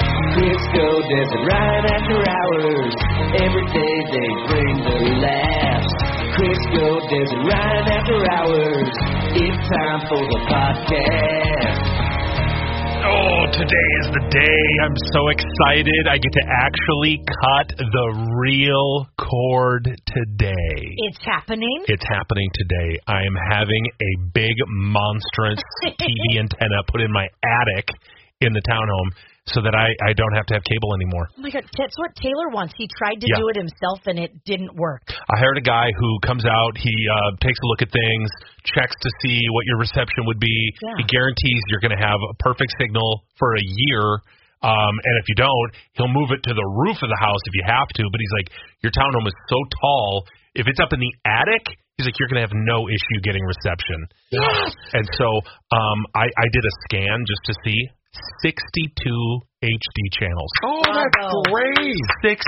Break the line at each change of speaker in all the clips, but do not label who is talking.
Crisco does it right after hours. Every day they bring the laughs. Crisco does it right after hours. It's time for the podcast.
Oh, today is the day. I'm so excited. I get to actually cut the real cord today.
It's happening.
It's happening today. I am having a big, monstrous TV antenna put in my attic in the townhome so that I, I don't have to have cable anymore.
Oh my god, that's what Taylor wants. He tried to
Yeah.
do it himself and it didn't work.
I hired a guy who comes out, he uh, takes a look at things, checks to see what your reception would be.
Yeah.
He guarantees you're going to have a perfect signal for a year. Um, and if you don't, he'll move it to the roof of the house if you have to. But he's like, your townhome is so tall. If it's up in the attic, he's like, you're going to have no issue getting reception.
Yes.
And so um, I, I did a scan just to see 62 HD channels.
Oh, that's
Bravo.
great.
62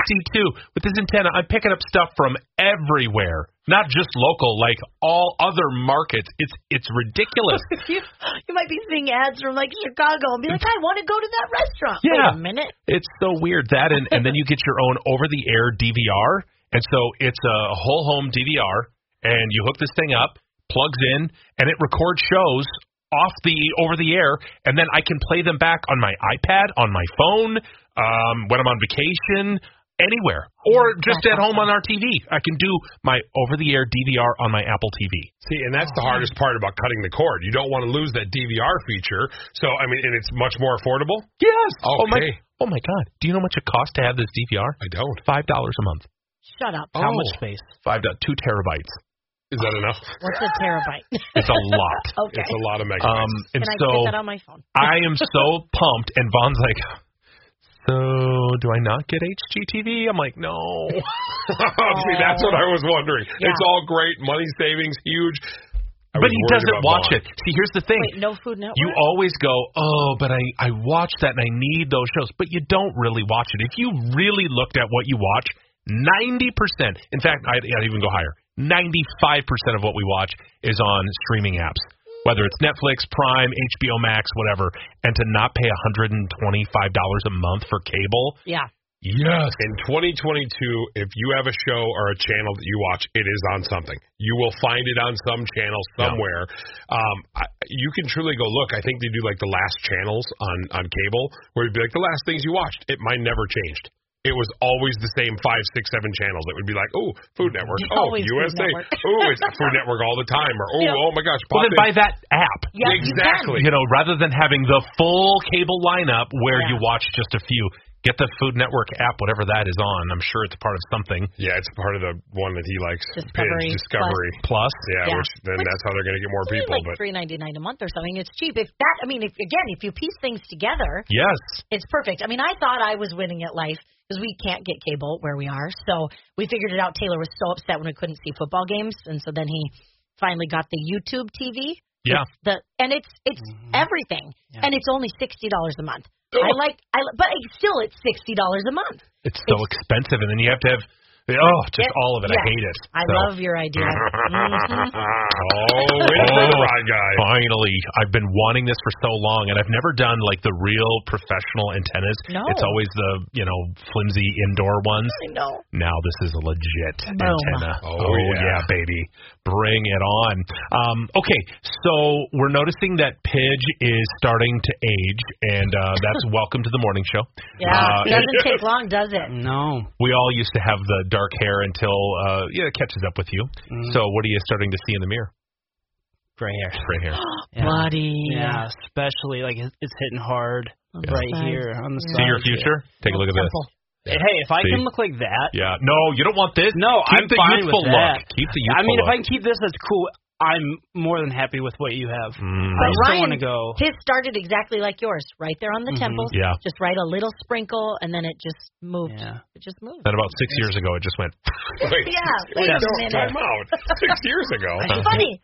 with this antenna. I'm picking up stuff from everywhere, not just local, like all other markets. It's it's ridiculous.
You, you might be seeing ads from like Chicago and be like, I want to go to that restaurant.
Yeah.
Wait a minute.
it's so weird that, and and then you get your own over the air DVR, and so it's a whole home DVR, and you hook this thing up, plugs in, and it records shows off the over the air, and then I can play them back on my iPad, on my phone, um, when I'm on vacation. Anywhere, or just at home on our TV, I can do my over-the-air DVR on my Apple TV.
See,
Oh,
and that's the hardest part about cutting the cord. You don't want to lose that DVR feature. So, I mean, and it's much more affordable.
Yes. Oh my.
Okay.
Oh my God. Do you know how much it costs to have this DVR?
I don't.
Five dollars a month.
Shut up.
Oh.
How much space? Five dot two terabytes.
Is that enough?
What's a terabyte?
It's a lot.
okay.
It's a lot of megabytes.
um, and
Can I
so
get that on my phone?
I am so pumped. And Vaughn's like, so do I not get HGTV? I'm like, no.
See, that's what I was wondering.
Yeah.
It's all great. Money savings, huge. I
but
was
he
worried
doesn't
about
watch
Vaughn.
it. See, here's the thing.
Wait, no food network.
You always go, oh, but I I watch that and I need those shows, but you don't really watch it. If you really looked at what you watch, ninety percent, in fact, I'd, I'd even go higher, ninety-five percent of what we watch is on streaming apps, whether it's Netflix, Prime, HBO Max, whatever. And to not pay one hundred and twenty-five dollars a month for cable,
yeah.
yes,
In 2022, if you have a show or a channel that you watch, it is on something. You will find it on some channel somewhere. Um, I, you can truly go look. I think they do like the last channels on on cable, where you'd be like the last things you watched. It mine never changed. It was always the same five, six, seven channels. It would be like, oh, Food Network, oh,
Always Food
USA,
Network.
oh, it's Food Network all the time, or oh,
Yeah.
oh my gosh,
well then buy
pop in.
that app.
Yeah, you can.
exactly.
You know, rather than having the full cable lineup where you
Yeah.
watch just a few, get the Food Network app, whatever that is on. I'm sure it's part of something.
Yeah, it's part of the one that he likes. Pidge,
Discovery
Discovery.
Plus,
Yeah.
Yeah, which then
Which-
that's how they're going to get more
It's only
people.
like
but
three ninety nine a month or something. It's cheap. If that, I mean, if again, if you piece things together,
Yes.
it's perfect. I mean, I thought I was winning at life because we can't get cable where we are. So we figured it out. Taylor was so upset when we couldn't see football games, and so then he finally got the YouTube TV.
Yeah.
It's the and it's it's everything, and it's only sixty dollars a month. I
Ugh.
like I li- but it's still it's sixty dollars a month.
It's so expensive, and then you have to have oh, just
Yeah.
all of it. I
Yeah.
hate it.
I
So,
love your idea. Mhm.
Oh, way to go, Rod
Oh.
guy.
Finally, I've been wanting this for so long, and I've never done like the real professional antennas.
No.
It's always the you know flimsy indoor ones.
I know.
Now this is a legit
Boom.
antenna.
Oh,
yeah.
yeah.
baby, bring it on. Um, okay, so we're noticing that Pidge is starting to age, and uh, that's welcome to the morning show.
Yeah,
Uh,
it doesn't take long, does it?
No.
we all used to have the dark hair until uh, yeah, it catches up with you.
Mm.
Mm.
So what are you starting to see in the mirror?
Gray hair.
Gray hair.
Yeah.
Bloody.
Yeah, especially like it's it's hitting hard
Yeah.
right
Sides.
here on the
See
side.
your future. Take a look at this.
Temple.
Hey, if I
See?
can look like that,
Yeah. No, you don't want this.
No,
Keep
I'm
the
fine
youthful
with that.
look. Keep the
I
youthful
mean, if I
look.
can keep this, that's cool.
I'm more than happy with what you have.
Hmm,
I
Mm.
still
Ryan-
want to go.
His started exactly like yours, right there on the
Mhm.
temple.
Oh.
Yeah.
Just right a little sprinkle, and then it just moved.
Yeah.
It just moved.
Then about six years ago, it just went.
Wait,
yeah. Wait a
Yeah,
no,
minute.
time out. Six years ago.
It's funny.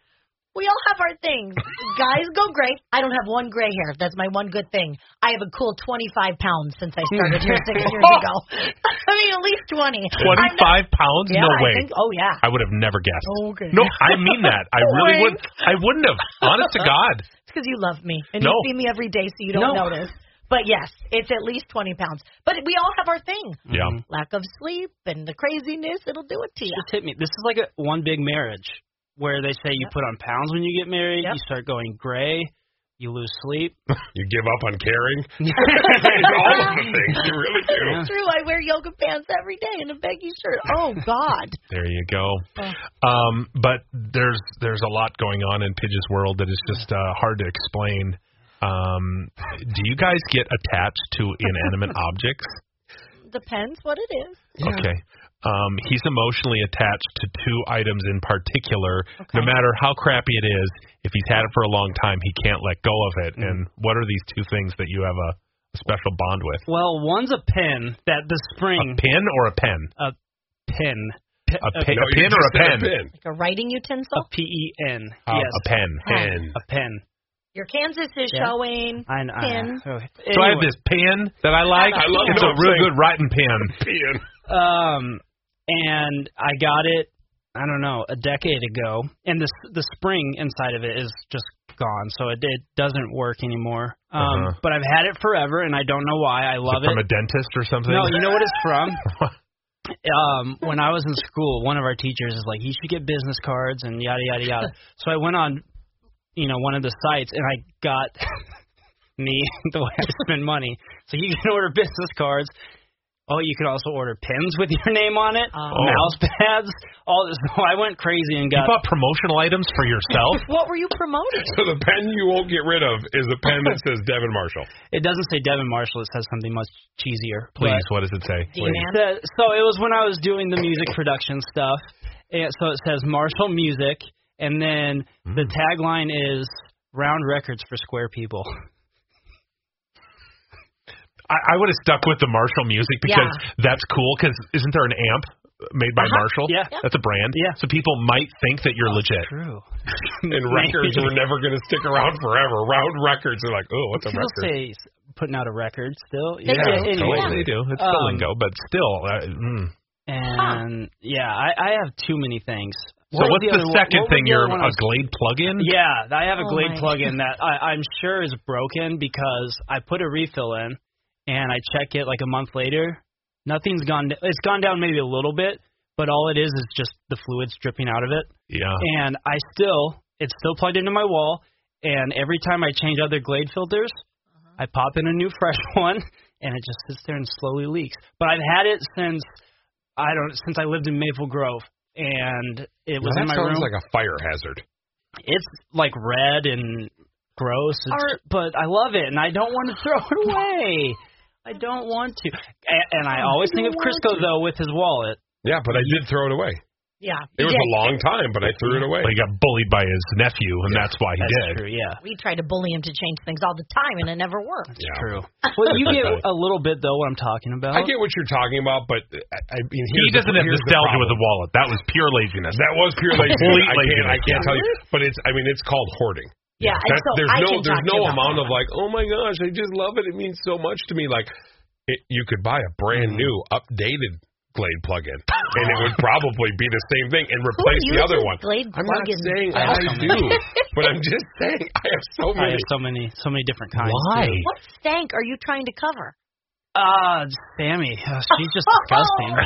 We all have our things. Guys go gray. I don't have one gray hair. That's my one good thing. I have a cool 25 pounds since I started here six years ago. I mean, at least
Twenty
20. I'm not-
five pounds?
Yeah,
no
I
way.
think- oh, yeah.
I would have never guessed.
Okay.
No, I mean that. I really would.
Wink.
I wouldn't have. Honest to God.
It's because you love me and
No.
you see me every day, so you don't
No.
notice. But yes, it's at least 20 pounds. But we all have our thing.
Yeah.
Lack of sleep and the craziness, it'll do it to you.
Just hit me. This is like a one big marriage where they say you put on pounds when you get married.
Yep.
You start going gray. You lose sleep.
You give up on caring. it's all of the things. You really do.
Yeah.
It's true. I wear yoga pants every day and a baggy shirt. Oh, God.
There you go. Um, but there's there's a lot going on in Pidge's world that is just uh, hard to explain. Um, do you guys get attached to inanimate objects?
Depends what it is.
Okay. Um, he's emotionally attached to two items in particular. No matter how crappy it is, if he's had it for a long time, he can't let go of it. And what are these two things that you have a special bond with?
Well, one's a pin that the
A
spring
pin or a pen?
pin.
A, pi-
No,
a
you
pin or
just
a pen?
said pin.
Like a writing utensil.
A P E N.
Uh,
Yes.
A pen.
Pen.
A pen.
Your Kansas is
Yeah.
showing.
I, I,
Pin.
So
So I have this pin that I like.
I love
it's a
it.
real good writing pin.
Pin.
Um, and I got it. I don't know, a decade ago, and the the spring inside of it is just gone, so it, it doesn't work anymore. Um,
Uh-huh.
but I've had it forever, and I don't know why.
Is
I love
it from
it.
a dentist or something.
No, you know what it's from? um, when I was in school, one of our teachers is like, you should get business cards and yada yada yada. so I went on, you know, one of the sites and I got me the way I spend money. So you can order business cards. Oh, you can also order pins with your name on it,
Oh.
mouse pads, all this. So I went crazy and
you
got.
bought promotional items for yourself.
What were you promoting?
So the pen you won't get rid of is the pen that says Devin Marshall.
It doesn't say Devin Marshall. It says something much cheesier. but-
Please, what does it say?
D-man.
The- so it was when I was doing the music production stuff. And so it says Marshall Music, and then the tagline is "Round Records for Square People."
I, I would have stuck with the Marshall music because that's cool. Because isn't there an amp made by Marshall?
Uh-huh. Yeah.
that's a brand.
Yeah.
so
Oh,
people might think that you're legit.
True.
And records were never going to stick around forever. Round records are like, oh, what's a
People
record?
say s- putting out a record still.
They do.
anyway.
totally they do. It's still
Um,
lingo, but still. Uh, mm.
And yeah, I, I have too many things.
So
What was
what's the,
other one-
second
what was
thing?
the other
You're
one
a
I was-
Glade plug-in.
Yeah, I have a
Oh
Glade
my.
plug-in that I, I'm sure is broken because I put a refill in and I check it like a month later. Nothing's gone. It's gone down maybe a little bit, but all it is is just the fluids dripping out of it.
Yeah.
And I still, it's still plugged into my wall. And every time I change other Glade filters,
Uh-huh.
I pop in a new fresh one, and it just sits there and slowly leaks. But I've had it since I don't since I lived in Maple Grove, and it was
that
in my
sounds
room
like a fire hazard.
it's like red and gross, it's,
Art.
but I love it, and I don't want to throw it away. I don't want to. And, and I always think of Crisco though with his wallet.
Yeah, but I did throw it away.
Yeah. you
It was
did.
a long time, but I threw it away.
But he got bullied by his nephew, and that's why he
That's
did.
true. Yeah,
We tried to bully him to change things all the time, and it never worked.
Yeah.
true. Well, you get a little bit though what I'm talking about.
I get what you're talking about, but uh, I, I mean,
He
here's
doesn't
the,
have
here's
nostalgia
the
with the
problem.
wallet. That was pure laziness.
That was pure laziness.
Complete
I can't, I
laziness.
can't tell you, but it's. I mean, it's called hoarding.
Yeah. and
That's,
so
there's
I
no,
can
there's
talk to
no
you about
amount
that
of
one.
like, oh my gosh, I just love it. It means so much to me. Like, it, you could buy a brand
Mm-hmm.
new, updated Glade plug-in, and it would probably be the same thing and replace the
uses
other one.
Glade
I'm not
plug-ins?
saying
I
I,
have so
do, but I'm just saying I have so
I
many.
have so many, so many different kinds.
Why?
too.
What stank are you trying to cover?
Ah, Sammy, oh, she's just disgusting.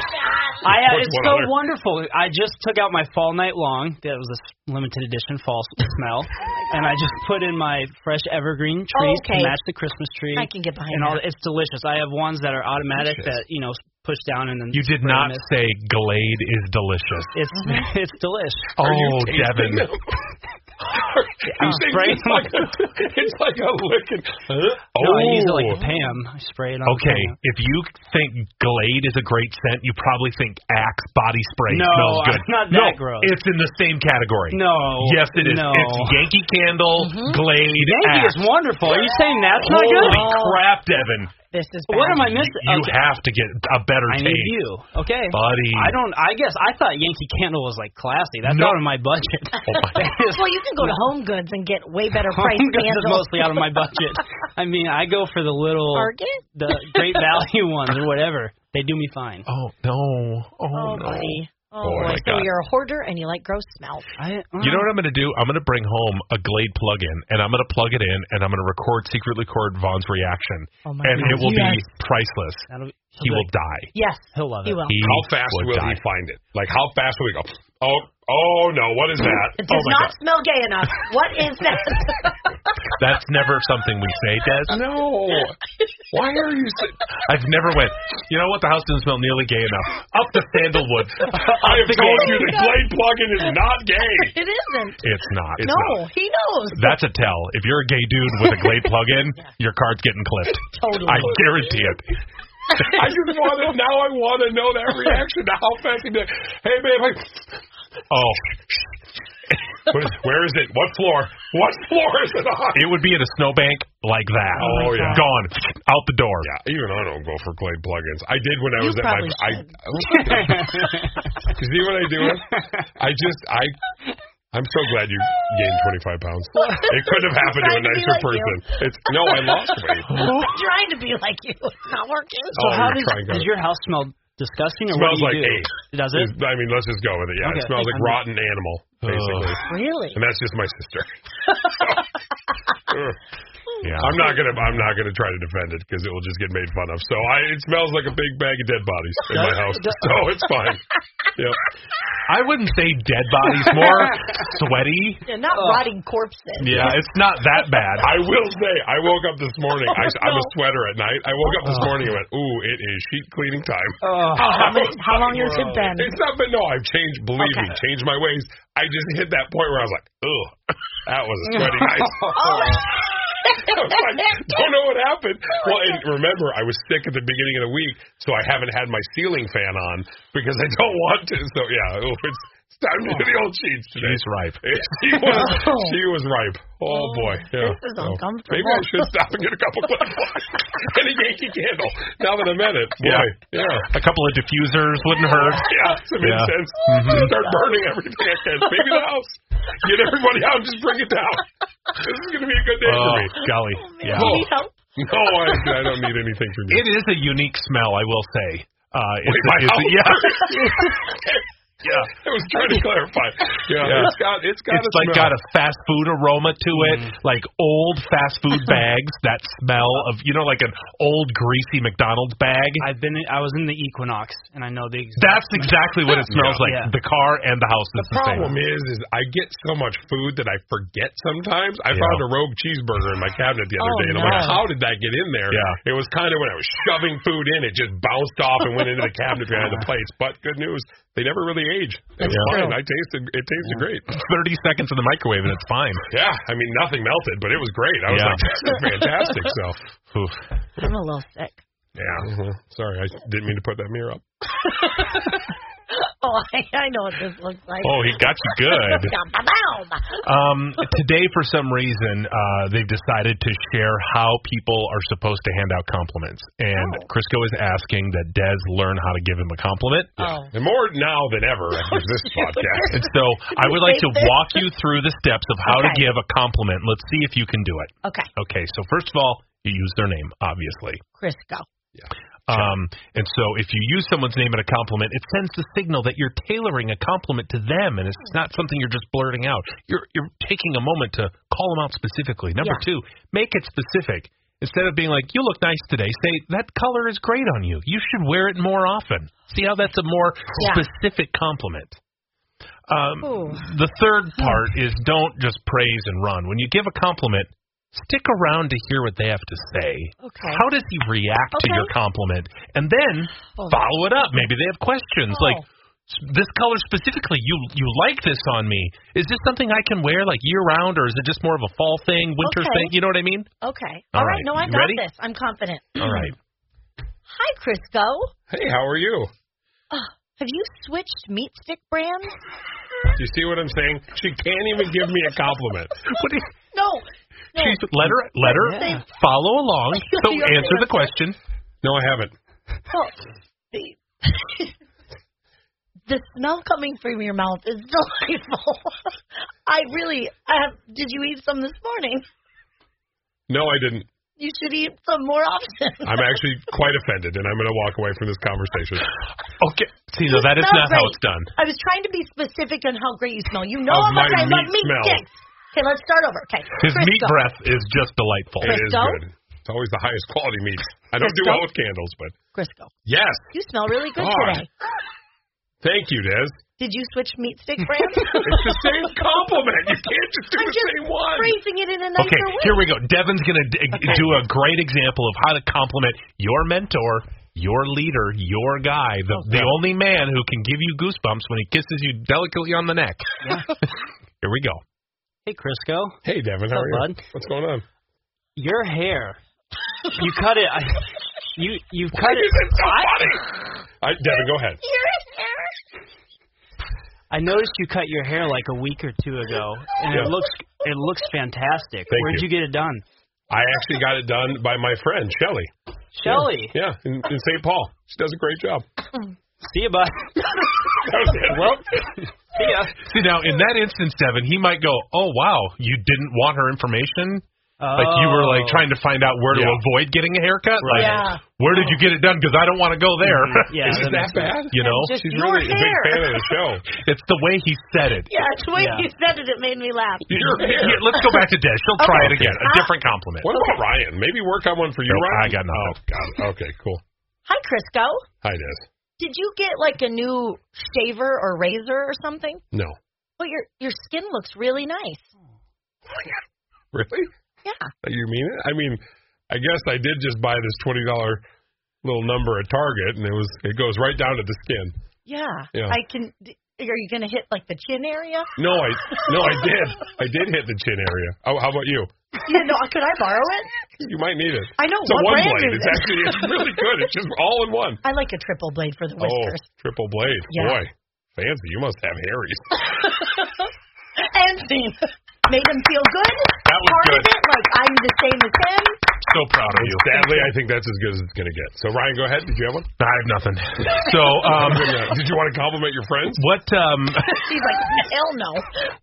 Oh, God.
I,
Put
uh, it's
one
so
on her.
wonderful. I just took out my fall night long. That was a s- limited edition fall s- smell, and I just put in my fresh evergreen trees
Okay.
to match the Christmas tree.
I can get behind
and all
that.
it's delicious. I have ones that are automatic that you know s- push down and then
You did
spray
not
them.
say Glade is delicious.
Uh-huh.
It's it's delish.
Are you
oh,
tasting
Devin.
them? Are I'm
spraying
it's like a, it's like a licking.
No,
oh,
I use it like a Pam. I spray it on.
Okay,
Pam.
if you think Glade is a great scent, you probably think Axe body spray
No,
smells good.
I'm not
no,
that gross.
it's in the same category.
No.
Yes, it is.
No. Mm-hmm.
It's Yankee Candle, Glade,
Yankee
Axe.
is wonderful. Are you saying that's
Holy
not good?
crap, Devin.
This is bad.
What am I missing?
You
okay.
have to get a better
I
taste.
need you. Okay.
Buddy.
I don't. I guess I thought Yankee Candle was like classy. That's
No.
out of my budget.
Oh,
Well, you can go to Home Goods and get way better price
Home Goods is
candles.
mostly out of my budget. I mean, I go for the little,
Target?
the great value ones or whatever. They do me fine.
Oh no! Oh,
Oh,
no!
buddy. Oh,
Oh,
boy.
my
So
God.
you're a hoarder and you like gross smells.
I,
You know what I'm going to do? I'm going to bring home a Glade plug-in, and I'm going to plug it in, and I'm going to record, secretly record Vaughn's reaction,
Oh, my
and
God.
it will
yes.
be priceless.
That'll be,
He will die.
Yes.
He'll love
He
it.
will.
He
How fast
will
will
die.
he find it? Like how fast will he go? Oh, oh no! What is that?
It
oh
does
my
not
god!
smell gay enough. What is that?
That's never something we say, Des.
No. Why are you? s-
I've never went. You know what? The house didn't smell nearly gay enough. Up the sandalwood.
I have told you the blade plug-in is not gay.
it isn't.
It's not. It's
no,
not.
he knows.
That's a tell. If you're a gay dude with a Glade plug-in, your card's getting clipped.
Totally.
I guarantee it.
I just want to now. I want to know that reaction to how fast he did. Hey, babe, I,
Oh,
where, is, where is it? What floor? What floor is it on?
it would be in a snowbank like that.
Oh, yeah.
Gone. Out the door.
Yeah, even I don't go for Glade plugins. I did when I
You
was at my.
probably
I, you see what I do? I just I. I'm so glad you gained 25 pounds. It couldn't have happened to a
Trying to be
nicer
like you.
person. It's no, I lost weight.
I'm trying to be like you. It's not working.
So
Oh,
how
you're
does,
trying to-
does your house smell disgusting or
Smells
what do
like
you do?
ape.
Does it?
I mean, let's just go with it. Yeah, it
Okay.
smells like
I'm- Oh.
rotten animal, basically,
Oh.
really?
and that's just my sister. Ugh.
Yeah.
I'm not gonna I'm not gonna try to defend it because it will just get made fun of. So I it smells like a big bag of dead bodies in my house. So it's fine. Yep.
I wouldn't say dead bodies, more sweaty.
Yeah, not rotting corpses.
Yeah, it's not that bad.
I will say I woke up this morning. I, I'm a sweater at night. I woke up this morning and went, ooh, it is sheet cleaning time.
Oh,
Oh, how, many, how long has it been?
It's not been no. I've changed. Believe me,
Okay.
changed my ways. I just hit that point where I was like, ugh, that was a sweaty night.
Oh,
I was like, don't know what happened. Well, and remember, I was sick at the beginning of the week, so I haven't had my ceiling fan on because I don't want to. So yeah, oh, it's, it's time to do the old sheets today.
She's ripe.
She was, she was ripe. Oh boy, yeah.
This is
So,
uncomfortable.
Maybe I should stop and get a couple of and a Yankee candle. Now that I'm at it, boy,
Yeah.
yeah.
A couple of diffusers wouldn't hurt.
Yeah, some
Yeah. Mm-hmm.
incense. Start burning everything I can. Maybe the house. Get everybody out and just bring it down. This is going to be a good day for
Oh,
me.
golly. Yeah.
Oh.
Need help?
No, I, I don't need anything from you.
It is a unique smell, I will say. Uh, it's,
Wait, my
it's,
house?
yeah,
yeah. I was trying to clarify. Yeah,
Yeah.
it's got it's got
it's
a
like
smell.
got a fast food aroma to it, like old fast food bags. That smell of you know, like an old greasy McDonald's bag.
I've been. In, I was in the Equinox, and I know the. Exact
That's exactly what it smells like.
Yeah.
The car and the house is the, same.
problem is, is I get so much food that I forget sometimes.
Yeah.
I found a rogue cheeseburger in my cabinet the other
Oh,
day, and I'm like,
no.
how did that get in there?
Yeah.
It was kind of when I was shoving food in, it just bounced off and went into the cabinet behind the plates. But good news, they never really age. It's
Yeah.
fine. I tasted, it tasted great.
Thirty seconds in the microwave and it's fine.
Yeah, I mean nothing melted, but it was great. I was
Yeah.
like, this is fantastic. So,
Oof.
I'm a little sick.
yeah. Sorry, I didn't mean to put that mirror up.
Oh, I, I know what this looks like.
Oh, he got you good.
Ba-boom.
Um, today, for some reason, uh, they've decided to share how people are supposed to hand out compliments. And
Oh.
Crisco is asking that Dez learn how to give him a compliment.
Oh.
And more now than ever after this podcast.
And so I would like to
Save this.
walk you through the steps of how to
Okay.
give a compliment. Let's see if you can do it.
Okay,
Okay, so first of all, you use their name, obviously.
Crisco.
Um, and so if you use someone's name in a compliment, it sends the signal that you're tailoring a compliment to them, and it's not something you're just blurting out. You're you're taking a moment to call them out specifically. Number two, make it specific. Instead of being like, "You look nice today," say that color is great on you. You should wear it more often. See how that's a more
Yeah.
specific compliment. Um,
Ooh.
the third part is don't just praise and run. When you give a compliment, stick around to hear what they have to say.
Okay.
How does he react to
Okay.
your compliment? And then
Oh.
follow it up. Maybe they have questions
Oh.
like, this color specifically. You you like this on me. Is this something I can wear like year round, or is it just more of a fall thing, winter
Okay.
thing? You know what I mean?
Okay.
All
All right.
right.
No, I
You
got
ready?
this. I'm confident.
All right.
Hi, Crisco.
Hey, how are you?
Have you switched meat stick brands?
You see what I'm saying? She can't even give me a compliment.
What do you,
No. No.
she's- let her let her
Yeah.
follow along. So
You okay
answer the
with that?
question.
No, I haven't.
Oh, the, the smell coming from your mouth is delightful. I really. I have, did you eat some this morning?
No, I didn't.
You should eat some more often.
I'm actually quite offended, and I'm going to walk away from this conversation.
Okay. See, no, that is
smell
not how
great.
it's done.
I was trying to be specific on how great you smell. You know
Oh,
Of
how much
my
I love
meat
meat
smell.
sticks. Okay, let's start over. Okay.
His
Crisco.
meat breath is just delightful.
It is
Crisco?
good. It's always the highest quality meat. I don't do
Crisco?
well with candles, but
Crisco.
yes.
You smell really good
God.
today.
Thank you, Des.
Did you switch meat stick brands?
It's the same compliment. You can't just do
I'm
the
just
same one.
phrasing it in a nicer
Okay,
way.
here we go. Devin's going to d- do a great example of how to compliment your mentor, your leader, your guy, the,
Oh,
the only man who can give you goosebumps when he kisses you delicately on the neck. here we go.
Hey, Crisco,
Hey, Devin, how
What's up,
are you? What's going on?
your hair. You cut it. I, you you cut it.
Is it so funny? I, Devin, go ahead.
I noticed you cut your hair like a week or two ago, and
Yeah.
it looks it looks fantastic.
Thank
Where'd
you.
you. get it done,
I actually got it done by my friend, Shelly.
Shelly?
Yeah, in, in St. Paul. She does a great job.
See you, bud.
That was it.
well, see ya.
See, now, in that instance, Devin, he might go, Oh, wow, you didn't want her information? Like, you were like
Oh.
trying to find out where to
Yeah.
avoid getting a haircut? Like,
Yeah.
where did you get it done? Because I don't want to go there.
Yeah,
Is
that
it Mm-hmm. that
makes sense.
bad?
you know?
Just
She's
your
really a big
hair.
fan of the show.
It's the way he said it.
Yeah, the way
Yeah.
you said it, it made me laugh.
Your hair.
Yeah, let's go back to Des. She'll try it again. A different compliment.
What about Ryan? Maybe work on one for you,
Nope,
Ryan.
I got nothing.
Oh, got it. Okay, cool.
Hi, Crisco.
Hi, Des.
Did you get like a new shaver or razor or something?
No.
Well, your your skin looks really nice.
Really? Uh,
Yeah.
You mean it? I mean, I guess I did just buy this $20 little number at Target, and it was it goes right down to the skin.
Yeah.
Yeah.
I can. d- Are you gonna hit like the chin area?
No, I no, I did. I did hit the chin area. Oh, how about you?
You know, could I borrow it?
You might need it.
I know
It's a
what
one
brand
blade.
is
It's
it?
actually it's really good. It's just all in one.
I like a triple blade for the
Oh,
whiskers
triple blade.
Yeah.
Boy, fancy. You must have Harry's.
and thing. Made him feel good.
That was
Part
good.
of it, like I'm the same as him.
So proud of you.
Sadly, I think that's as good as it's going to get. So, Ryan, go ahead. Did you have one?
I have nothing. So, um,
Did you want to compliment your friends?
what um,
He's like, hell no.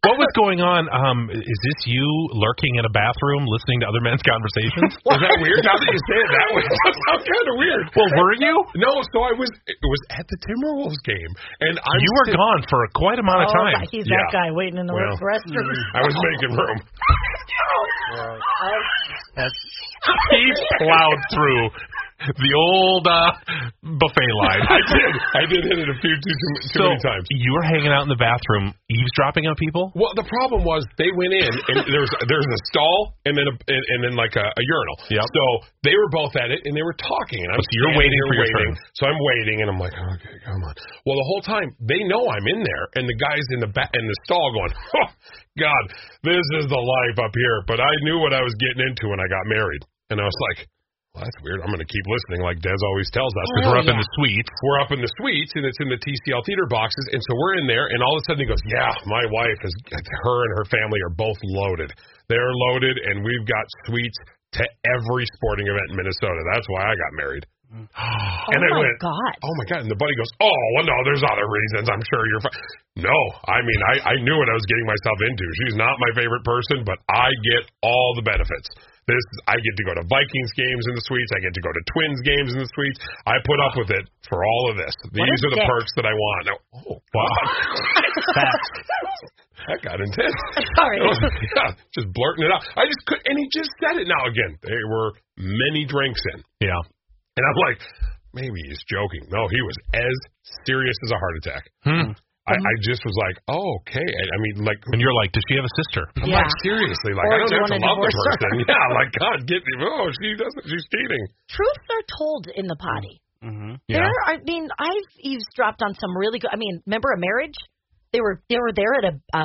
what was going on? Um, is this you lurking in a bathroom, listening to other men's conversations?
Is that weird? Now that you say it that way, that sounds kind of weird.
Well, were you?
No, so I was. It was at the Timberwolves game, and I
You were gone for quite amount of
Oh,
time.
he's that
Yeah.
guy waiting in the
Well. mm.
restroom.
I was making room.
He plowed through the old uh, buffet line.
I did. I did hit it a few too, too, too
so
many times.
you were hanging out in the bathroom, eavesdropping on people.
Well, the problem was they went in and there's there's a stall and then a, and, and then like a, a urinal.
Yep.
So they were both at it and they were talking. And I'm
So you're
standing
waiting
there
for your
waiting. So I'm waiting and I'm like, okay, come on. Well, the whole time they know I'm in there and the guys in the ba- in the stall going, oh, God, this is the life up here. But I knew what I was getting into when I got married, and I was like. Well, that's weird. I'm going to keep listening, like Des always tells
Because
us, because
we're
we're
up in the suites.
we're up in the suites and it's in the TCL theater boxes. And so we're in there, and all of a sudden he goes, Yeah, my wife is, her and her family are both loaded. They're loaded, and we've got suites to every sporting event in Minnesota. That's why I got married. and
oh
I
my
went,
god.
Oh my God. And the buddy goes, Oh, well, no, there's other reasons. I'm sure you're fine. No, I mean, I, I knew what I was getting myself into. She's not my favorite person, but I get all the benefits. This I get to go to Vikings games in the suites. I get to go to Twins games in the suites. I put up with it for all of this. These
a
are
dick.
the perks that I want. Now, oh, wow. that got intense.
Sorry.
It was- yeah, just blurting it out. I just could, and he just said it. Now again, there were many drinks in.
Yeah.
And I'm like, maybe he's joking. No, he was as serious as a heart attack.
Hmm.
Mm-hmm.
I, I just was like, oh, okay. I, I mean, like,
And you're like, does she have a sister?
I'm
Yeah.
like seriously, like,
Or
I don't
you
have
wanna
to love the
divorce her.
person. yeah, like, God, get me. Oh, she doesn't. She's cheating.
Truths are told in the potty.
Mm-hmm.
hmm
Yeah.
There, I mean, I've eavesdropped on some really good. I mean, remember a marriage? They were they were there at a, a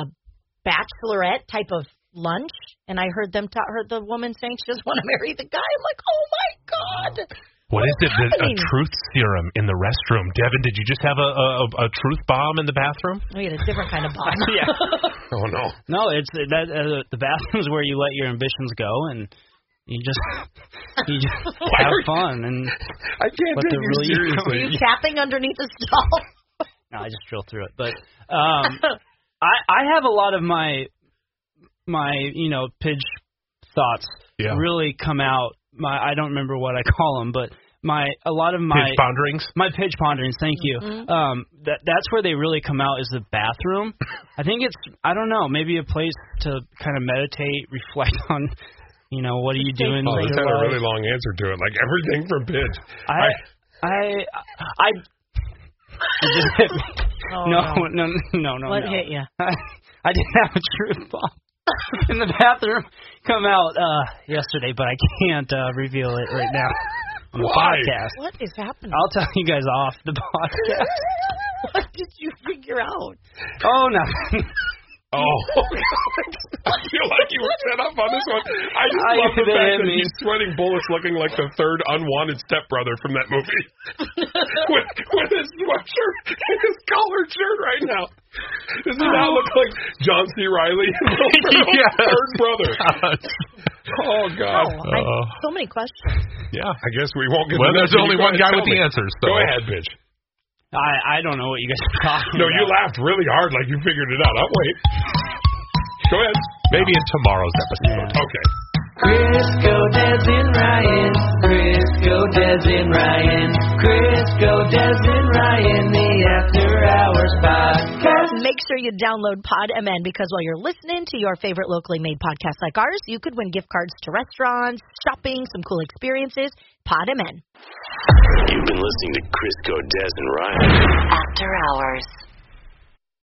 bachelorette type of lunch, and I heard them ta- heard the woman saying she doesn't want to marry the guy. I'm like, oh my god!
What is it?
What's
The, a
happening?
truth serum in the restroom. Devin, did you just have a, a, a truth bomb in the bathroom?
We had a different kind of bomb.
Yeah.
Oh no.
No, it's that uh, the bathroom's where you let your ambitions go and you just you just have
are you-
fun and
I can't
But
take
the
you
really-
Were you
seriously.
tapping underneath the stall?
no, I just drill through it. But um I I have a lot of my my, you know, pidge thoughts
Yeah.
really come out. My I don't remember what I call them, but my a lot of my
Pitch ponderings.
my pitch ponderings. Thank you.
Mm-hmm.
Um, that that's where they really come out is the bathroom. I think it's I don't know maybe a place to kind of meditate, reflect on, you know, what are you doing?
Oh,
with
this
your
had a
life?
really long answer to it. Like everything from pitch.
I I I. It just hit me.
Oh,
no, no, no, no,
What
no.
hit you?
I, I didn't have a truth bomb in the bathroom come out uh, yesterday, but I can't uh, reveal it right now on the
Why?
podcast.
What is happening?
I'll tell you guys off the podcast.
what did you figure out?
Oh, nothing.
Oh, I feel like you were set up on this one. I just
I-
love the
they
fact
hit
that
me.
he's sweating bullets, looking like the third unwanted stepbrother from that movie, with with his sweatshirt and his collared shirt right now. Does he now look like John C. Riley,
Yes.
third brother?
Oh,
Oh
I
God!
have so many questions.
Yeah, I guess we won't get.
Well,
to that.
there's only
Go
one guy
ahead,
with
tell
the
me.
answers. So.
Go ahead, bitch.
I I don't know what you guys are talking
No,
about.
you laughed really hard, like you figured it out. I'll wait. Go ahead.
Maybe in tomorrow's episode.
Yeah.
Okay.
Crisco, Des, and Ryan. Crisco, Des, and Ryan. Crisco, Des, and Ryan. The After Hours Podcast.
Make sure you download PodMN because while you're listening to your favorite locally made podcast like ours, you could win gift cards to restaurants, shopping, some cool experiences. PodMN.
You've been listening to Chris Godez and Ryan.
After Hours.